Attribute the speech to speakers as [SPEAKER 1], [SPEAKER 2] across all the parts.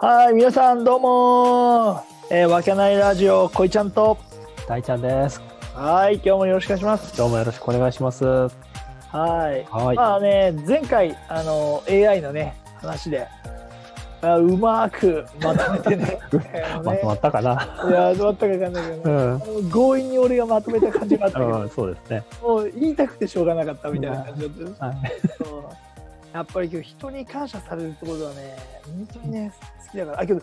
[SPEAKER 1] はい、皆さんどうもー、えー、わけないラジオ、こいちゃんと、
[SPEAKER 2] 大ちゃんです。
[SPEAKER 1] はい、今日もよろしくお願いします。
[SPEAKER 2] どうもよろしくお願いします。は
[SPEAKER 1] はい。
[SPEAKER 2] い。
[SPEAKER 1] まあね、前回、あの、AI のね、話で、あうまーくまとめてね、あの
[SPEAKER 2] ま
[SPEAKER 1] ね
[SPEAKER 2] とまったか な。
[SPEAKER 1] いや、どうだったかわかんないけ
[SPEAKER 2] う
[SPEAKER 1] どね。
[SPEAKER 2] ん。
[SPEAKER 1] あの強引に俺がまとめた感じがあったけど、
[SPEAKER 2] うん、そうですね。
[SPEAKER 1] もう言いたくてしょうがなかったみたいな感じだったよ
[SPEAKER 2] はい。
[SPEAKER 1] そうやっぱり今日人に感謝されるってことはね本当にね好きだからあけど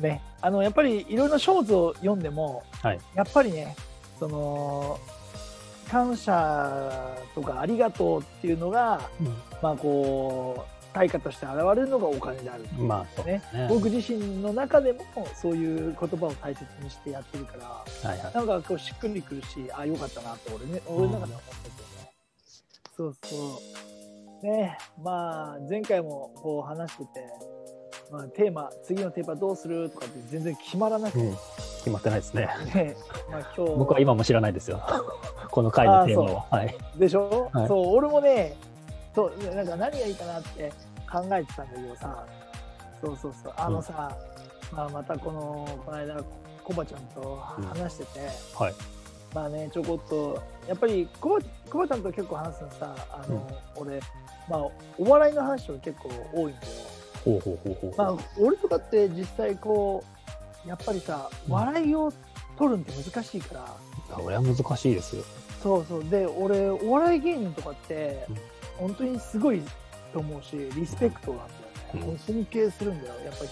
[SPEAKER 1] ねあのやっぱりいろいろな書物を読んでも、
[SPEAKER 2] はい
[SPEAKER 1] やっぱりねその感謝とかありがとうっていうのがまあこう対価として現れるのがお金である
[SPEAKER 2] うんまあ、そう
[SPEAKER 1] ね
[SPEAKER 2] ですね。
[SPEAKER 1] 僕自身の中でもそういう言葉を大切にしてやってるから
[SPEAKER 2] はいはい。
[SPEAKER 1] なんかこうしっくりくるし、あ、よかったなって俺ね、俺の中では思っててね。そうそう。ねえまあ、前回もこう話してて、まあ、テーマ、次のテーマどうするとかって全然決まらなく
[SPEAKER 2] う
[SPEAKER 1] て、
[SPEAKER 2] ん。決まってないですね。
[SPEAKER 1] ね、まあ今日、
[SPEAKER 2] 僕は今も知らないですよ。 この回のテーマを。はい。
[SPEAKER 1] でしょ、
[SPEAKER 2] はい
[SPEAKER 1] そう、俺もね、そう、なんか何がいいかなって考えてたんだけどさ、そうそうそう、あのさ、まあまたこの、この間、コバちゃんと話してて、
[SPEAKER 2] はい。
[SPEAKER 1] まあね、ちょこっと、やっぱりコバ、コバちゃんと結構話すのさ、あの、俺、まあ、お笑いの話も結構多いんだよ。
[SPEAKER 2] ほうほうほうほう。
[SPEAKER 1] まあ、俺とかって実際こう、やっぱりさ、
[SPEAKER 2] うん
[SPEAKER 1] 笑いを取るんって難しいから、
[SPEAKER 2] これは難しいですよ。
[SPEAKER 1] そうそう。で、俺、お笑い芸人とかって
[SPEAKER 2] うん、
[SPEAKER 1] 本当にすごいと思うし、リスペクトなんだよね。
[SPEAKER 2] うん
[SPEAKER 1] 尊敬するんだよ。やっぱり、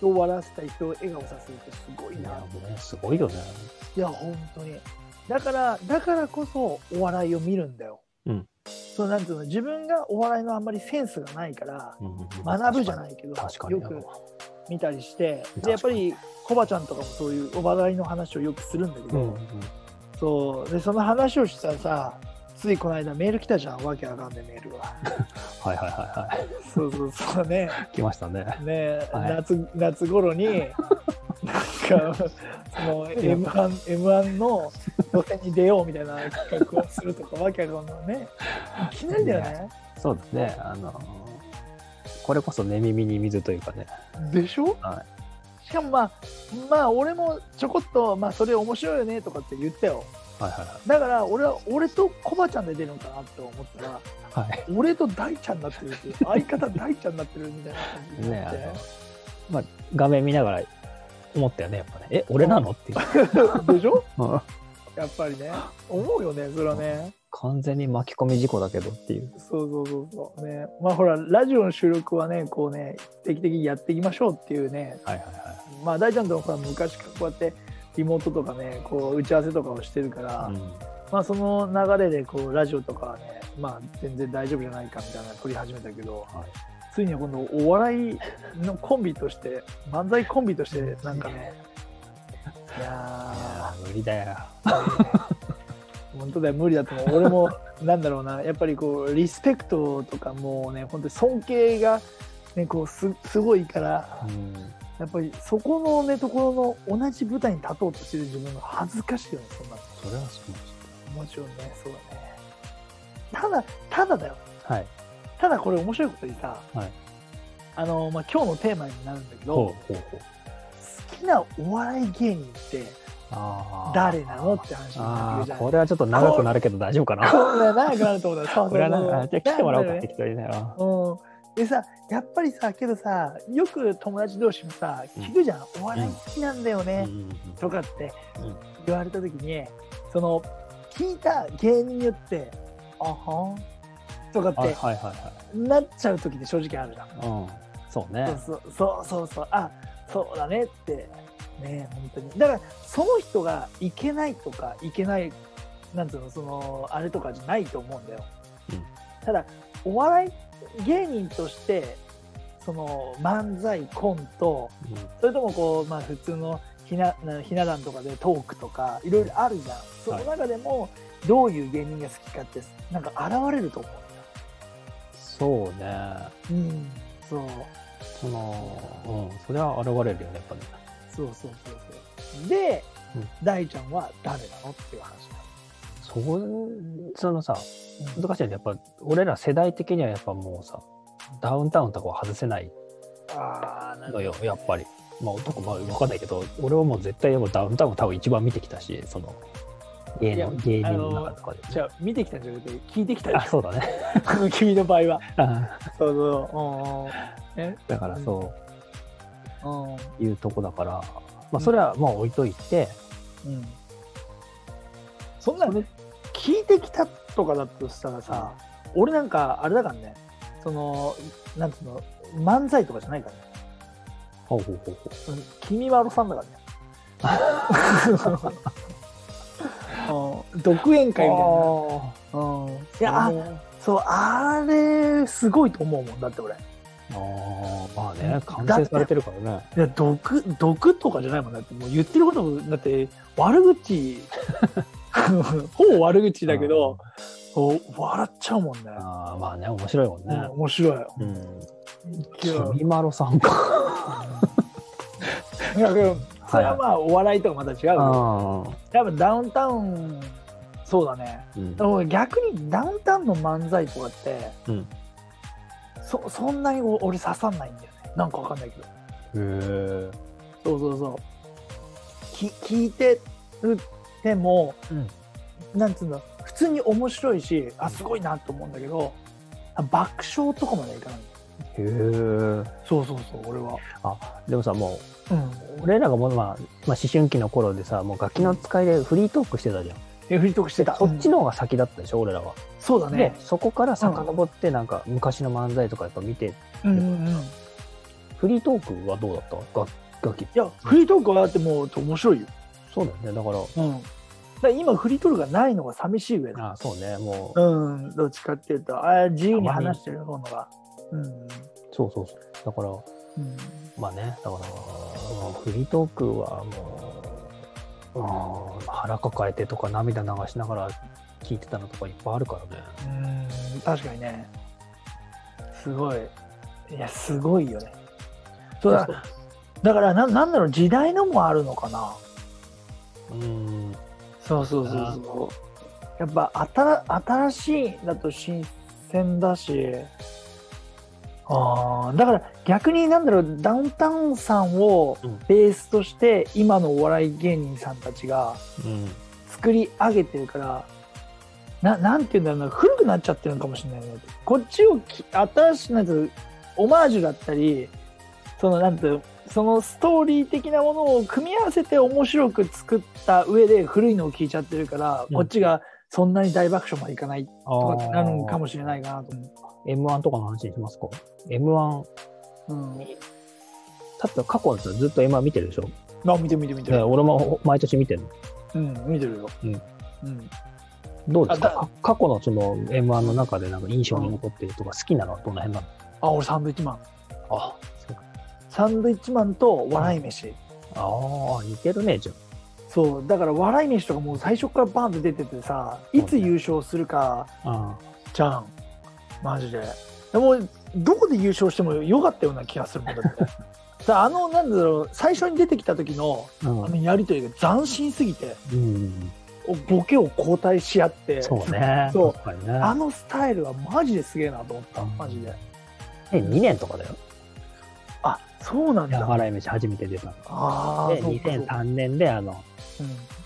[SPEAKER 1] 人を笑わせたり、人を笑顔させるってすごい
[SPEAKER 2] いや、
[SPEAKER 1] な。
[SPEAKER 2] もうね、すごいよね。
[SPEAKER 1] いや、本当に。だから、だからこそ、お笑いを見るんだよ。
[SPEAKER 2] うん
[SPEAKER 1] そう、なんつうの、自分がお笑いのあんまりセンスがないから、学
[SPEAKER 2] 学
[SPEAKER 1] ぶじゃないけど、
[SPEAKER 2] 確か
[SPEAKER 1] よ
[SPEAKER 2] に。
[SPEAKER 1] く見たりして、
[SPEAKER 2] 確か
[SPEAKER 1] で、
[SPEAKER 2] に
[SPEAKER 1] やっぱり、コバちゃんとかもそういうお笑いの話をよくするんだけ
[SPEAKER 2] う
[SPEAKER 1] ど、
[SPEAKER 2] ん。うん
[SPEAKER 1] そう、で、その話をしたらさ、ついこの間メール来たじゃん、わけわかんないメールが。
[SPEAKER 2] はいはいはいは
[SPEAKER 1] そうそうそうね。
[SPEAKER 2] い。 来ましたね。
[SPEAKER 1] ね、
[SPEAKER 2] はい
[SPEAKER 1] 夏夏頃になんかその M1, M1 の予選に出ようみたいな企画をするとかわけわかんないねいきなりだよね
[SPEAKER 2] そうですね。あの、これこそ寝耳に水というかね。
[SPEAKER 1] でしょ、
[SPEAKER 2] は
[SPEAKER 1] しかもまあまあ俺もちょこっと、まあ、それ面白いよねとかって言ったよ
[SPEAKER 2] はいは
[SPEAKER 1] だから俺は俺とコバちゃんで出るのかなって思ったら
[SPEAKER 2] いはい。はい。
[SPEAKER 1] 俺と大ちゃんになってる っていう相方大ちゃんになってるみたいな感じに
[SPEAKER 2] ね
[SPEAKER 1] なっ
[SPEAKER 2] あ
[SPEAKER 1] て、
[SPEAKER 2] の、まあ、画面見ながら思ったよねやっぱねえ俺なのっていう
[SPEAKER 1] でしょやっぱりね思うよねそれはね、
[SPEAKER 2] 完全に巻き込み事故だけどっていう
[SPEAKER 1] そうそうそうそうねまあほらラジオの収録はねこうね定期的にやっていきましょうっていうね
[SPEAKER 2] はいはいは
[SPEAKER 1] まあ大ちゃんともほら昔からこうやってリモートとかねこう打ち合わせとかをしてるから、まあその流れでこうラジオとかはねまあ全然大丈夫じゃないかみたいなの撮り始めたけど、
[SPEAKER 2] はい
[SPEAKER 1] ついには今度お笑いのコンビとして漫才コンビとしてなんかねいや
[SPEAKER 2] 無理だよ
[SPEAKER 1] ー本当だよ無理だと思う俺もなんだろうなやっぱりこうリスペクトとかもうね本当に尊敬が、ね、こうすすごいからやっぱりそこのねところの同じ舞台に立とうとしてる自分が恥ずかしいよねそんなの
[SPEAKER 2] それはそうです
[SPEAKER 1] もちろんねそうだねただただだよ
[SPEAKER 2] はい
[SPEAKER 1] ただこれ面白いことにさ、
[SPEAKER 2] はい
[SPEAKER 1] あのまあ、今日のテーマになるんだけど
[SPEAKER 2] ほうほうほう
[SPEAKER 1] 好きなお笑い芸人って
[SPEAKER 2] あー
[SPEAKER 1] 誰なのって話になって
[SPEAKER 2] あ
[SPEAKER 1] くるじ
[SPEAKER 2] ー
[SPEAKER 1] ゃん。
[SPEAKER 2] これはちょっと長くなるけど大丈夫かな
[SPEAKER 1] これは長くなると 思うんだよ。そうそうそう
[SPEAKER 2] これはなあじゃあ来てもらおう
[SPEAKER 1] な
[SPEAKER 2] か
[SPEAKER 1] んだよね
[SPEAKER 2] 適当にねあ
[SPEAKER 1] うん。でさ、やっぱりさ、けどさ、よく友達同士もさ、聞くじゃん。お笑い好きなんだよ
[SPEAKER 2] ーう
[SPEAKER 1] ね
[SPEAKER 2] ん。うんうん
[SPEAKER 1] とかって
[SPEAKER 2] うん
[SPEAKER 1] 言われた時に、その、聞いた芸人によって、あはんとかっ
[SPEAKER 2] はい
[SPEAKER 1] て
[SPEAKER 2] はいはい
[SPEAKER 1] なっちゃう時って正直あるじゃん。
[SPEAKER 2] はいうんそうね
[SPEAKER 1] そうそうそうそうそうあそうだねってね本当にだからその人がいけないとかいけないなんつうのそのあれとかじゃないと思うんだよ、
[SPEAKER 2] うん
[SPEAKER 1] ただお笑い芸人としてその漫才コント
[SPEAKER 2] うん
[SPEAKER 1] それともこうまあ普通のひななひな壇とかでトークとかいろいろあるじゃん、その中でもどういう芸人が好きかってなんか現れると思
[SPEAKER 2] そう
[SPEAKER 1] う
[SPEAKER 2] ね
[SPEAKER 1] んだよ、うん、そう
[SPEAKER 2] そのうんそれは現れるよねやっぱね
[SPEAKER 1] そうそうそうそう。で、
[SPEAKER 2] うん
[SPEAKER 1] 大ちゃんは誰なのっていう話にな
[SPEAKER 2] そうそのさ
[SPEAKER 1] る。
[SPEAKER 2] 難しいねやっぱ俺ら世代的にはやっぱもうさダウンタウンとかは外せない
[SPEAKER 1] ああ、なる
[SPEAKER 2] の
[SPEAKER 1] ほ
[SPEAKER 2] よやっぱり。まあ男まあ分かんないけど俺はもう絶対でもダウンタウンを多分一番見てきたしその芸
[SPEAKER 1] いや
[SPEAKER 2] 能芸人の中とかで
[SPEAKER 1] ど。じゃあ、見てきたんじゃなくて、聞いてきた
[SPEAKER 2] あそうだね
[SPEAKER 1] よ、君の場合は。
[SPEAKER 2] あ
[SPEAKER 1] そうそう。うんうん。え
[SPEAKER 2] だからそ
[SPEAKER 1] うん。
[SPEAKER 2] ういうとこだから、まあ、それはまあ置いといて、
[SPEAKER 1] うん。そんな、聞いてきたとかだとしたらさ、俺なんか、あれだからね、その、なんつうの、漫才とかじゃないからね。
[SPEAKER 2] ほうほうほうほう
[SPEAKER 1] うん君はロさんだ からね。うん独演会みたいな。うん、いや、あそう、あれ、すごいと思うもんだって俺。い
[SPEAKER 2] あーまあね完成されてるからね
[SPEAKER 1] や、毒、毒とかじゃないもんだって、もう言ってることも、だって、悪 口、ほぼ悪口だけど、そう笑っちゃうもんね。
[SPEAKER 2] あーまあね面白いもん
[SPEAKER 1] う
[SPEAKER 2] ね
[SPEAKER 1] ん、面白い。
[SPEAKER 2] うん
[SPEAKER 1] いや
[SPEAKER 2] 君まろさんか
[SPEAKER 1] いやでもそれはまあ、お笑いとはまた違うけど。
[SPEAKER 2] あ
[SPEAKER 1] やっぱダウンタウン、そうだね。
[SPEAKER 2] ーうん
[SPEAKER 1] でも逆にダウンタウンの漫才とかって、
[SPEAKER 2] うん
[SPEAKER 1] そそんなにお俺刺さんないんだよねなんかわかんないけど
[SPEAKER 2] へ
[SPEAKER 1] そうそうそうき聞いてるでも
[SPEAKER 2] えうん
[SPEAKER 1] なんつうの普通に面白いしあすごいなと思うんだけどあ爆笑とかまではいかない
[SPEAKER 2] へえ
[SPEAKER 1] そうそうそう俺は
[SPEAKER 2] でもさも
[SPEAKER 1] うん
[SPEAKER 2] う俺らがもう、まあ、まあ思春期の頃でさもう楽器の使いでフリートークしてたじゃん
[SPEAKER 1] えフリートークしてた
[SPEAKER 2] そっち
[SPEAKER 1] うん
[SPEAKER 2] の方が先だったでしょ、俺らは、
[SPEAKER 1] そうだ
[SPEAKER 2] で
[SPEAKER 1] ね
[SPEAKER 2] そこから遡ってなんか昔の漫才とかやっぱ見て
[SPEAKER 1] うんうんうんい
[SPEAKER 2] フリートークはどうだった楽楽器
[SPEAKER 1] やフリートークはだってもう面白いよ
[SPEAKER 2] そうだよねだから
[SPEAKER 1] うんだから今フリートークがないのが寂しいぐらいだ
[SPEAKER 2] あそうねもう、
[SPEAKER 1] うん、どっちかっていうと、ああ自由に話してる方のが。うん。
[SPEAKER 2] そうそうそうだから
[SPEAKER 1] うん
[SPEAKER 2] まあねだからフリートークはもううん腹抱えてとか涙流しながら聞いてたのとかいっぱいあるからね
[SPEAKER 1] うん、確かにね。すごい。いや、すごいよね。そうだ、だからな、なんだろう、時代のもあるのかな。
[SPEAKER 2] うん
[SPEAKER 1] そうそう
[SPEAKER 2] そうそう
[SPEAKER 1] やっぱ新、新しいだと新鮮だし、ああ、だから逆になんだろう、ダウンタウンさんを
[SPEAKER 2] うん
[SPEAKER 1] ベースとして、今のお笑い芸人さんたちが、
[SPEAKER 2] うん
[SPEAKER 1] 作り上げてるからななんて言うんだろうな古くなっちゃってるのかもしれないねこっちをき新しいなんていうのオマージュだったりそのなんていうのそのストーリー的なものを組み合わせて面白く作った上で古いのを聞いちゃってるから、
[SPEAKER 2] うん
[SPEAKER 1] こっちがそんなに大爆笑までいかないとかってなるのかもしれないいかなと思
[SPEAKER 2] M1 とかの話にしますか M1
[SPEAKER 1] う。うん、
[SPEAKER 2] たった過去のやつずっと M1 見てるでしょ
[SPEAKER 1] まあ見てる見てる見て
[SPEAKER 2] いや
[SPEAKER 1] る。
[SPEAKER 2] 俺も毎年見てるの
[SPEAKER 1] うん見てるよ。
[SPEAKER 2] うん
[SPEAKER 1] うん
[SPEAKER 2] どうですか
[SPEAKER 1] あだ
[SPEAKER 2] か過去のその m 1の中でなんか印象に残ってるとか好きなのはどの辺なの
[SPEAKER 1] あ俺サンドイッチマン
[SPEAKER 2] あそう
[SPEAKER 1] サンドイッチマンと笑い飯。
[SPEAKER 2] あー似てるねじゃ
[SPEAKER 1] そうだから笑い飯とかもう最初からバーンと出ててさいつ優勝するか
[SPEAKER 2] あ
[SPEAKER 1] じゃんマジででもどこで優勝してもよかったような気がするもんだ ってさあのなんだろう最初に出てきた時の
[SPEAKER 2] うん
[SPEAKER 1] あのやり取りが斬新すぎて
[SPEAKER 2] うん
[SPEAKER 1] おボケを交代し合って
[SPEAKER 2] そうね
[SPEAKER 1] そう
[SPEAKER 2] 確かにね
[SPEAKER 1] あのスタイルはマジですげえなと思った
[SPEAKER 2] うん
[SPEAKER 1] マジで
[SPEAKER 2] で2年とかだよ
[SPEAKER 1] あそうなんだ
[SPEAKER 2] 払い飯初めて出たの
[SPEAKER 1] ああ
[SPEAKER 2] で2003年であの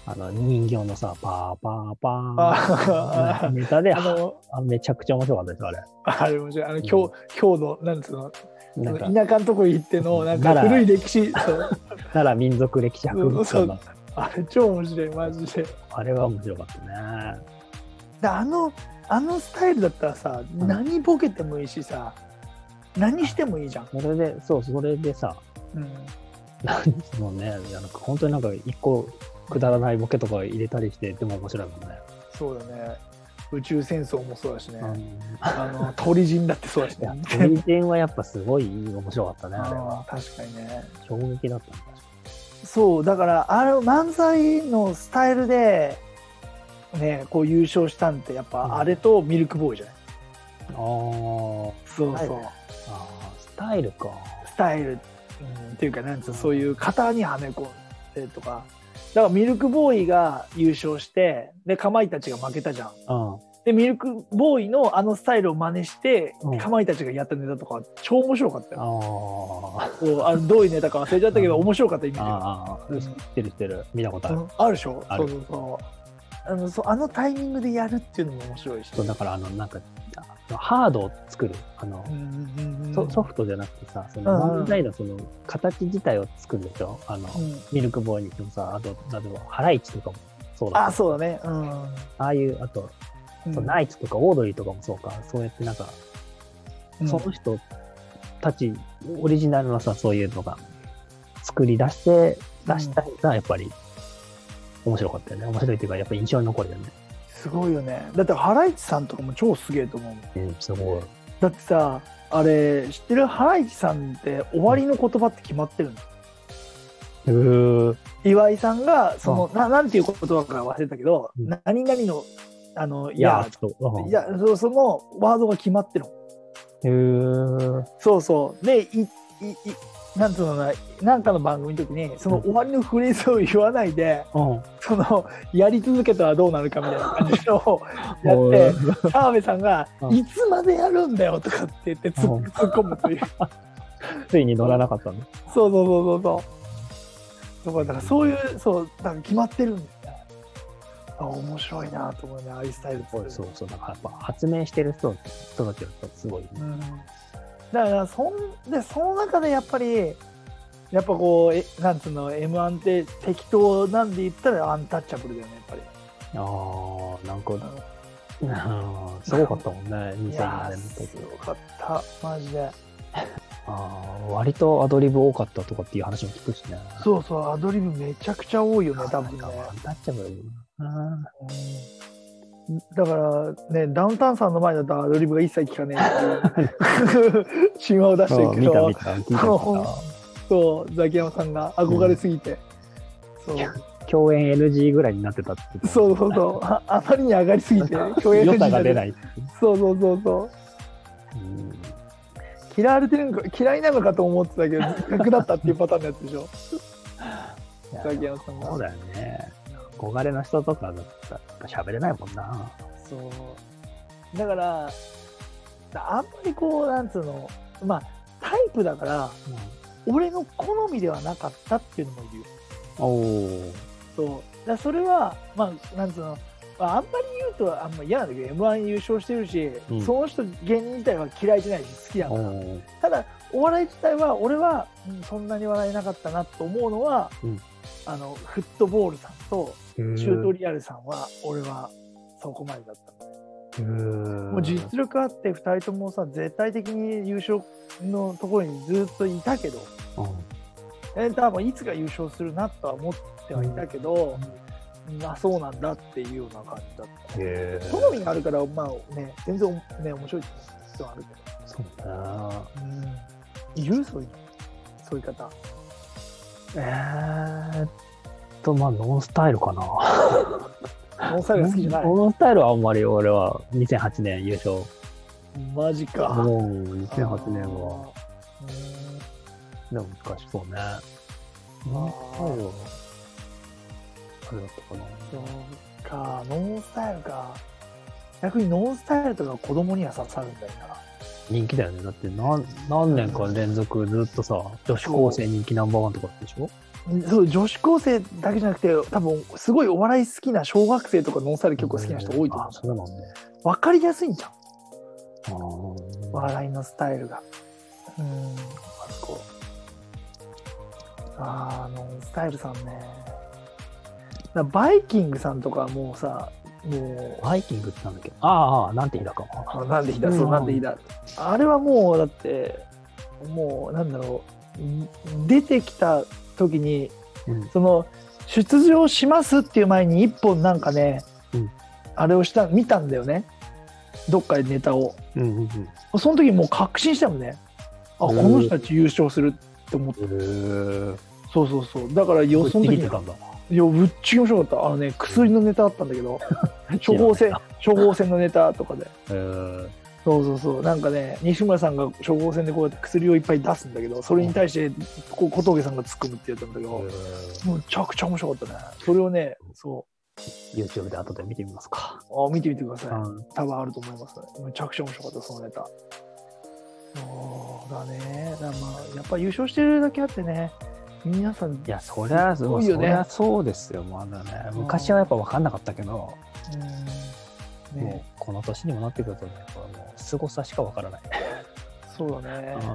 [SPEAKER 2] あの人形のさパーパーパー
[SPEAKER 1] あ
[SPEAKER 2] ンネタで
[SPEAKER 1] あの
[SPEAKER 2] あめちゃくちゃ面白かったですあれ
[SPEAKER 1] あれ面白いあの今日今日のなんつうの
[SPEAKER 2] なんか
[SPEAKER 1] 田舎のとこ行ってのなんか
[SPEAKER 2] 奈良
[SPEAKER 1] 古い歴史そう
[SPEAKER 2] 奈良民族歴史博物館
[SPEAKER 1] うん
[SPEAKER 2] の
[SPEAKER 1] あれ超面白いマジで
[SPEAKER 2] あれは面白かったね
[SPEAKER 1] であのあのスタイルだったらさ、
[SPEAKER 2] ん
[SPEAKER 1] 何ボケてもいいしさ何してもいいじゃん、
[SPEAKER 2] それでそうそれでさ
[SPEAKER 1] うん、
[SPEAKER 2] 何もうねなんか本当になんか一個くだらないボケとか入れたりしてでも面白いもんね、
[SPEAKER 1] そうだね宇宙戦争もそうだしね、
[SPEAKER 2] うん、
[SPEAKER 1] あの鳥人だってそうだし
[SPEAKER 2] いや
[SPEAKER 1] ね
[SPEAKER 2] 鳥人はやっぱすごい面白かったねあれは
[SPEAKER 1] あー確かにね
[SPEAKER 2] 衝撃だったんだ
[SPEAKER 1] そうだからあの漫才のスタイルでねこう優勝したんってやっ
[SPEAKER 2] うん
[SPEAKER 1] ぱあれとミルクボーイじゃない、
[SPEAKER 2] あー
[SPEAKER 1] そうそう、
[SPEAKER 2] あースタイルか
[SPEAKER 1] スタイル、うん、っていうかなんつうのそういう型にはめ込んでとかだからミルクボーイが優勝してでかまいたちが負けたじゃん
[SPEAKER 2] うん
[SPEAKER 1] でミルクボーイのあのスタイルを真似して、
[SPEAKER 2] うん
[SPEAKER 1] かまいたちがやったネタとか超面白かったよ
[SPEAKER 2] あ
[SPEAKER 1] こうあのどういうネタか忘れちゃったけど
[SPEAKER 2] うん
[SPEAKER 1] 面白かったイメ
[SPEAKER 2] ー
[SPEAKER 1] ージ
[SPEAKER 2] あー、知ってる知ってる。見たことある。
[SPEAKER 1] あるでしょ
[SPEAKER 2] あ
[SPEAKER 1] そ
[SPEAKER 2] る
[SPEAKER 1] うそうそうあのそうあのタイミングでやるっていうのも面白いし
[SPEAKER 2] そうだからあのなんかあのハードを作るあの、
[SPEAKER 1] うんうんうん
[SPEAKER 2] ソソフトじゃなくてさそ
[SPEAKER 1] うんうん
[SPEAKER 2] の漫才のその形自体を作るでしょあの、
[SPEAKER 1] うん
[SPEAKER 2] ミルクボーイにしてもさあと例えばハライチとかもそうだ
[SPEAKER 1] あ
[SPEAKER 2] あ
[SPEAKER 1] そうだねうん
[SPEAKER 2] あいうあと、
[SPEAKER 1] うん
[SPEAKER 2] そうナイツとかオードリーとかもそうかそうやってなんか、
[SPEAKER 1] うん
[SPEAKER 2] その人たちオリジナルのさそういうのが作り出して出したのがやっぱり面白かったよね面白いっていうかやっぱ印象に残るよね
[SPEAKER 1] すごいよねだってハライチさんとかも超すげえと思うもん
[SPEAKER 2] うんすごい
[SPEAKER 1] だってさあれ知ってるハライチさんって終わりの言葉って決まってるの
[SPEAKER 2] うー
[SPEAKER 1] 岩井さんがその、ななんていう言葉か忘れたけど、
[SPEAKER 2] うん
[SPEAKER 1] 何々のあのい
[SPEAKER 2] いや
[SPEAKER 1] や
[SPEAKER 2] ーそううん
[SPEAKER 1] いやそうそのワードが決まってるの
[SPEAKER 2] へー
[SPEAKER 1] そうそうでいいいなんつうのかななんかの番組の時にその終わりのフレーズを言わないで、
[SPEAKER 2] うん
[SPEAKER 1] そのやり続けたらどうなるかみたいな感じの を
[SPEAKER 2] お
[SPEAKER 1] や
[SPEAKER 2] ー
[SPEAKER 1] って澤部さんが
[SPEAKER 2] う
[SPEAKER 1] 「
[SPEAKER 2] ん
[SPEAKER 1] いつまでやるんだよ」とかって言って突っ
[SPEAKER 2] うん
[SPEAKER 1] 突っ込むという
[SPEAKER 2] ついに乗らなかったの
[SPEAKER 1] そうそうそうそうそう。だからだからそういうそうだから決まってるんだよね。あ面白いなと思うねああいうスタイルって
[SPEAKER 2] そうそうそうだからやっぱ発明してる人人たちはすごい、ね
[SPEAKER 1] うん。だからそんでその中でやっぱりやっぱこうえなんつうの M1 って適当なんで言ったらアンタッチャブルだよねやっぱり。
[SPEAKER 2] ああなんか
[SPEAKER 1] の
[SPEAKER 2] あ ーすごかったもんね
[SPEAKER 1] いや
[SPEAKER 2] 2007
[SPEAKER 1] ー
[SPEAKER 2] 年の
[SPEAKER 1] す
[SPEAKER 2] 時
[SPEAKER 1] ごかったマジで。
[SPEAKER 2] あー割とアドリブ多かったとかっていう話も聞くしね
[SPEAKER 1] そうそうアドリブめちゃくちゃ多いよね多分ね。
[SPEAKER 2] アンタッチャブルな
[SPEAKER 1] うんだからねダウンタウンさんの前だとアドリブが一切聞かねえっていう 神話を出してる
[SPEAKER 2] そう
[SPEAKER 1] け
[SPEAKER 2] 見た
[SPEAKER 1] ど
[SPEAKER 2] 見た聞いた
[SPEAKER 1] あの
[SPEAKER 2] 聞い
[SPEAKER 1] そうザキヤマさんが憧れすぎて、そう
[SPEAKER 2] た共演 NG ぐらいになってたって言ってた
[SPEAKER 1] そうそうそうああまりに上がりすぎて共演
[SPEAKER 2] 良さが出
[SPEAKER 1] い
[SPEAKER 2] ない、
[SPEAKER 1] そうそうそうそう
[SPEAKER 2] うん
[SPEAKER 1] 嫌われてるのか嫌いなのかと思ってたけど逆だったっていうパターンのやつでしょ
[SPEAKER 2] いや
[SPEAKER 1] ザキヤマさんが
[SPEAKER 2] そうだよね憧れの人とかだったらやっぱ喋れないもんな
[SPEAKER 1] そうだからあんまりこうなんつうのまあタイプだから俺の好みではなかったっていうのも言う
[SPEAKER 2] おお
[SPEAKER 1] そうだからそれはまあなんつうのまああんまり言うとあんま嫌なんだけど m 1優勝してるし、
[SPEAKER 2] うん
[SPEAKER 1] その人芸人自体は嫌いじゃないし好きだ
[SPEAKER 2] お
[SPEAKER 1] から、
[SPEAKER 2] お
[SPEAKER 1] ただお笑い自体は俺は、うんそんなに笑えなかったなと思うのは、
[SPEAKER 2] うん
[SPEAKER 1] あのフットボールさんと
[SPEAKER 2] チ
[SPEAKER 1] チュートリアルさんは俺はそこまでだった、も
[SPEAKER 2] も
[SPEAKER 1] う実力あって2人ともさ絶対的に優勝のところにずっといたけど、えー多分いつか優勝するなとは思ってはいたけど、うんあそうなんだっていうような感じだった、
[SPEAKER 2] へえ
[SPEAKER 1] 好みがあるからまあね全然おね面白い必要あるけ
[SPEAKER 2] そうだな
[SPEAKER 1] ど、いるそういうそういう方
[SPEAKER 2] えーっとまあノンスタイルかな
[SPEAKER 1] ノンサイルが好きじゃない
[SPEAKER 2] ノンスタイルはあんまり俺は2008年優勝
[SPEAKER 1] マジか
[SPEAKER 2] もう2008年は
[SPEAKER 1] あー
[SPEAKER 2] でも難しそうねノンスタイルはあれだったかな
[SPEAKER 1] うんそうかノンスタイルか逆にノンスタイルとか子供には刺さるんだよな
[SPEAKER 2] 人気だよねだって何何年か連続ずっとさ女子高生人気ナンバーワンとかでしょ
[SPEAKER 1] そう女子高生だけじゃなくて多分すごいお笑い好きな小学生とかノンスタイル結構好きな人多いと思
[SPEAKER 2] あそうなんだ
[SPEAKER 1] う分かりやすいんじゃん
[SPEAKER 2] あー
[SPEAKER 1] 笑いのスタイルがうんああノンスタイルさんねだからバイキングさんとかはもうさもう
[SPEAKER 2] バイキングってなんだっけあーあーなんて日だかも
[SPEAKER 1] あなんでいいだそううんなんでいいだあれはもうだってもうなんだろうん出てきた時に
[SPEAKER 2] うん
[SPEAKER 1] その出場しますっていう前に一本なんかね、
[SPEAKER 2] うん
[SPEAKER 1] あれをした見たんだよねどっかでネタを
[SPEAKER 2] うんうんうん
[SPEAKER 1] その時もう確信したもんねあこ
[SPEAKER 2] うん
[SPEAKER 1] の人たち優勝するって思って
[SPEAKER 2] へ
[SPEAKER 1] そうそうそうだから予想の時に
[SPEAKER 2] たんだ。
[SPEAKER 1] いやぶっちぎ面白かったあのね薬のネタあったんだけ ど処方箋処方箋のネタとかで
[SPEAKER 2] えー
[SPEAKER 1] そうそうそうなんかね西村さんが処方箋でこうやって薬をいっぱい出すんだけどそれに対してこう小峠さんが突っ込むってやったんだけど、
[SPEAKER 2] え
[SPEAKER 1] むちゃくちゃ面白かったね。それをね、そ
[SPEAKER 2] YouTube で後で見てみますか。
[SPEAKER 1] あ見てみてください。
[SPEAKER 2] うん、
[SPEAKER 1] 多分あると思います。めちゃくちゃ面白かった、そのネタ。そうだね。だからまあ、やっぱ優勝してるだけあってね、皆さん、
[SPEAKER 2] いや、そりゃ、
[SPEAKER 1] す
[SPEAKER 2] そ
[SPEAKER 1] ご
[SPEAKER 2] う
[SPEAKER 1] いよ
[SPEAKER 2] そ
[SPEAKER 1] ね
[SPEAKER 2] りゃそうですよ、まだね。昔はやっぱ分かんなかったけど、
[SPEAKER 1] うん、ね
[SPEAKER 2] も、うこの年にもなってくるとね、やっぱもう凄さしか分からない。
[SPEAKER 1] そうだね。
[SPEAKER 2] うん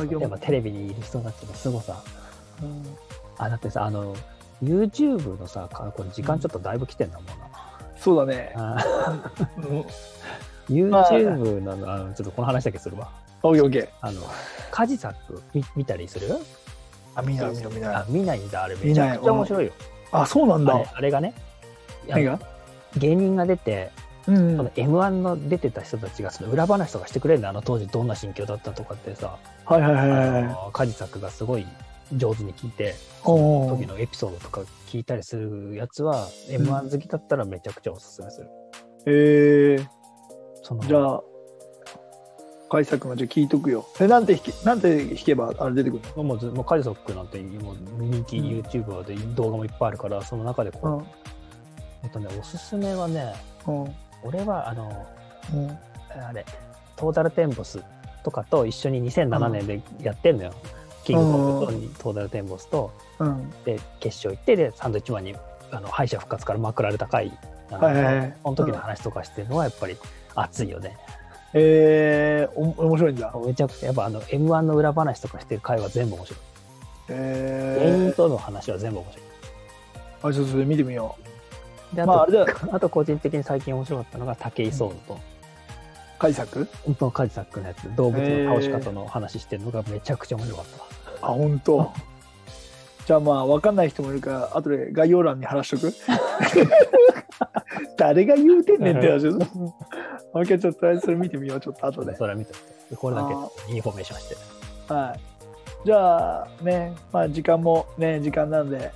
[SPEAKER 1] あでも
[SPEAKER 2] やっぱテレビにいる人たちの凄さ。
[SPEAKER 1] うん、
[SPEAKER 2] あ、だってさ、あの、YouTube のさ、かこれ時間ちょっとだいぶ来てんだもん
[SPEAKER 1] そうだね。
[SPEAKER 2] な。
[SPEAKER 1] うん、
[SPEAKER 2] YouTube のあの、あのちょっとこの話だけするわ。
[SPEAKER 1] オッケーオッケー。
[SPEAKER 2] あの、カジサック見見たりする
[SPEAKER 1] あ、見ない見ない見ない
[SPEAKER 2] あ。、見ないんだ、あれめ
[SPEAKER 1] 見
[SPEAKER 2] ち
[SPEAKER 1] ない
[SPEAKER 2] ゃくちゃ面白いよ。
[SPEAKER 1] あ、そうなん
[SPEAKER 2] あ
[SPEAKER 1] だ
[SPEAKER 2] れ。あれがね、いや
[SPEAKER 1] 何が
[SPEAKER 2] 芸人が出て、
[SPEAKER 1] うん
[SPEAKER 2] その M1 の出てた人たちがその裏話とかしてくれるのあの当時どんな心境だったとかってさ、
[SPEAKER 1] はいはいはい
[SPEAKER 2] あ
[SPEAKER 1] はい。
[SPEAKER 2] のカジサックがすごい上手に聞いて、
[SPEAKER 1] お
[SPEAKER 2] 時
[SPEAKER 1] ー
[SPEAKER 2] のエピソードとか聞いたりするやつは、M1 好きだったらめちゃくちゃおすすめする。
[SPEAKER 1] えー、
[SPEAKER 2] その
[SPEAKER 1] じゃあ、解作もじゃあ聞いとくよ。え、なんて弾け、なんて弾けばあれ出てくる
[SPEAKER 2] もうずもうカジサックなんてもう人気
[SPEAKER 1] うん
[SPEAKER 2] YouTuber で動画もいっぱいあるから、その中でこう、
[SPEAKER 1] の
[SPEAKER 2] えっとね、おすすめはね、
[SPEAKER 1] うん。
[SPEAKER 2] 俺はあの、
[SPEAKER 1] うん。うん
[SPEAKER 2] あれ、トータルテンボスとかと一緒に2007年でやってんのよ。キングコングとトータルテンボスと、
[SPEAKER 1] うん。
[SPEAKER 2] で、決勝行って、で、サンドイッチマンにあの敗者復活から枕で高い、あの
[SPEAKER 1] はいはいはい
[SPEAKER 2] その時の話とかしてるのはやっぱり熱いよね。
[SPEAKER 1] えー、お面白いんだ。
[SPEAKER 2] めちゃくちゃ、やっぱあの、M1 の裏話とかしてる回は全部面白い。芸人
[SPEAKER 1] えー、
[SPEAKER 2] との話は全部面白い。
[SPEAKER 1] あ、ちょっとそれ見てみよ
[SPEAKER 2] であ
[SPEAKER 1] う。
[SPEAKER 2] と
[SPEAKER 1] まあ、あれだよ、
[SPEAKER 2] あと個人的に最近面白かったのが武井壮と、
[SPEAKER 1] 解作
[SPEAKER 2] 本当のカジサックのやつ動物の倒し方の話してるのがめちゃくちゃ面白かったわ、
[SPEAKER 1] あ、本当。じゃあまあ、わかんない人もいるから、後で概要欄に貼らしと く。誰が言うてんねんって話です。もう一回ちょっととりあえずそれ見てみよう、ちょっと後で。
[SPEAKER 2] それは見ててこれだけインフォメーションして
[SPEAKER 1] はい。じゃあね、まあ時間もね、時間なんで、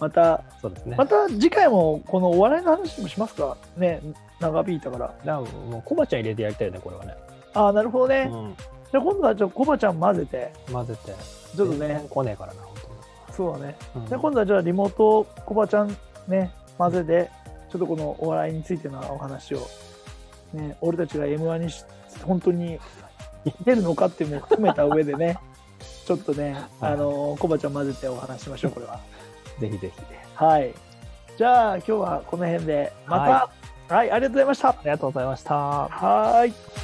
[SPEAKER 1] また、
[SPEAKER 2] そうですね
[SPEAKER 1] また次回もこのお笑いの話もしますかね、長引いたから。
[SPEAKER 2] だからもうコバちゃん入れてやりたいよねこれはね、
[SPEAKER 1] ああ、なるほどね。
[SPEAKER 2] う
[SPEAKER 1] じゃあ今度はちょっとコバちゃん混ぜて、
[SPEAKER 2] ん、混ぜて
[SPEAKER 1] ちょっと
[SPEAKER 2] 全
[SPEAKER 1] ね
[SPEAKER 2] 然、来ねえからな本
[SPEAKER 1] そうだね。
[SPEAKER 2] 当に、うん
[SPEAKER 1] じゃあ今度はじゃあリモートコバちゃんね、混ぜて、ちょっとこのお笑いについてのお話を、ね、俺たちが M1 にし本当に出るのかっていうのも含めた上で ね、ちょっとね、あの、コバちゃん混ぜてお話ししましょう、これは。
[SPEAKER 2] ぜひぜひ
[SPEAKER 1] はい。じゃあ今日はこの辺でまた、はい、ありがとうございました。
[SPEAKER 2] ありがとうございました
[SPEAKER 1] はーい。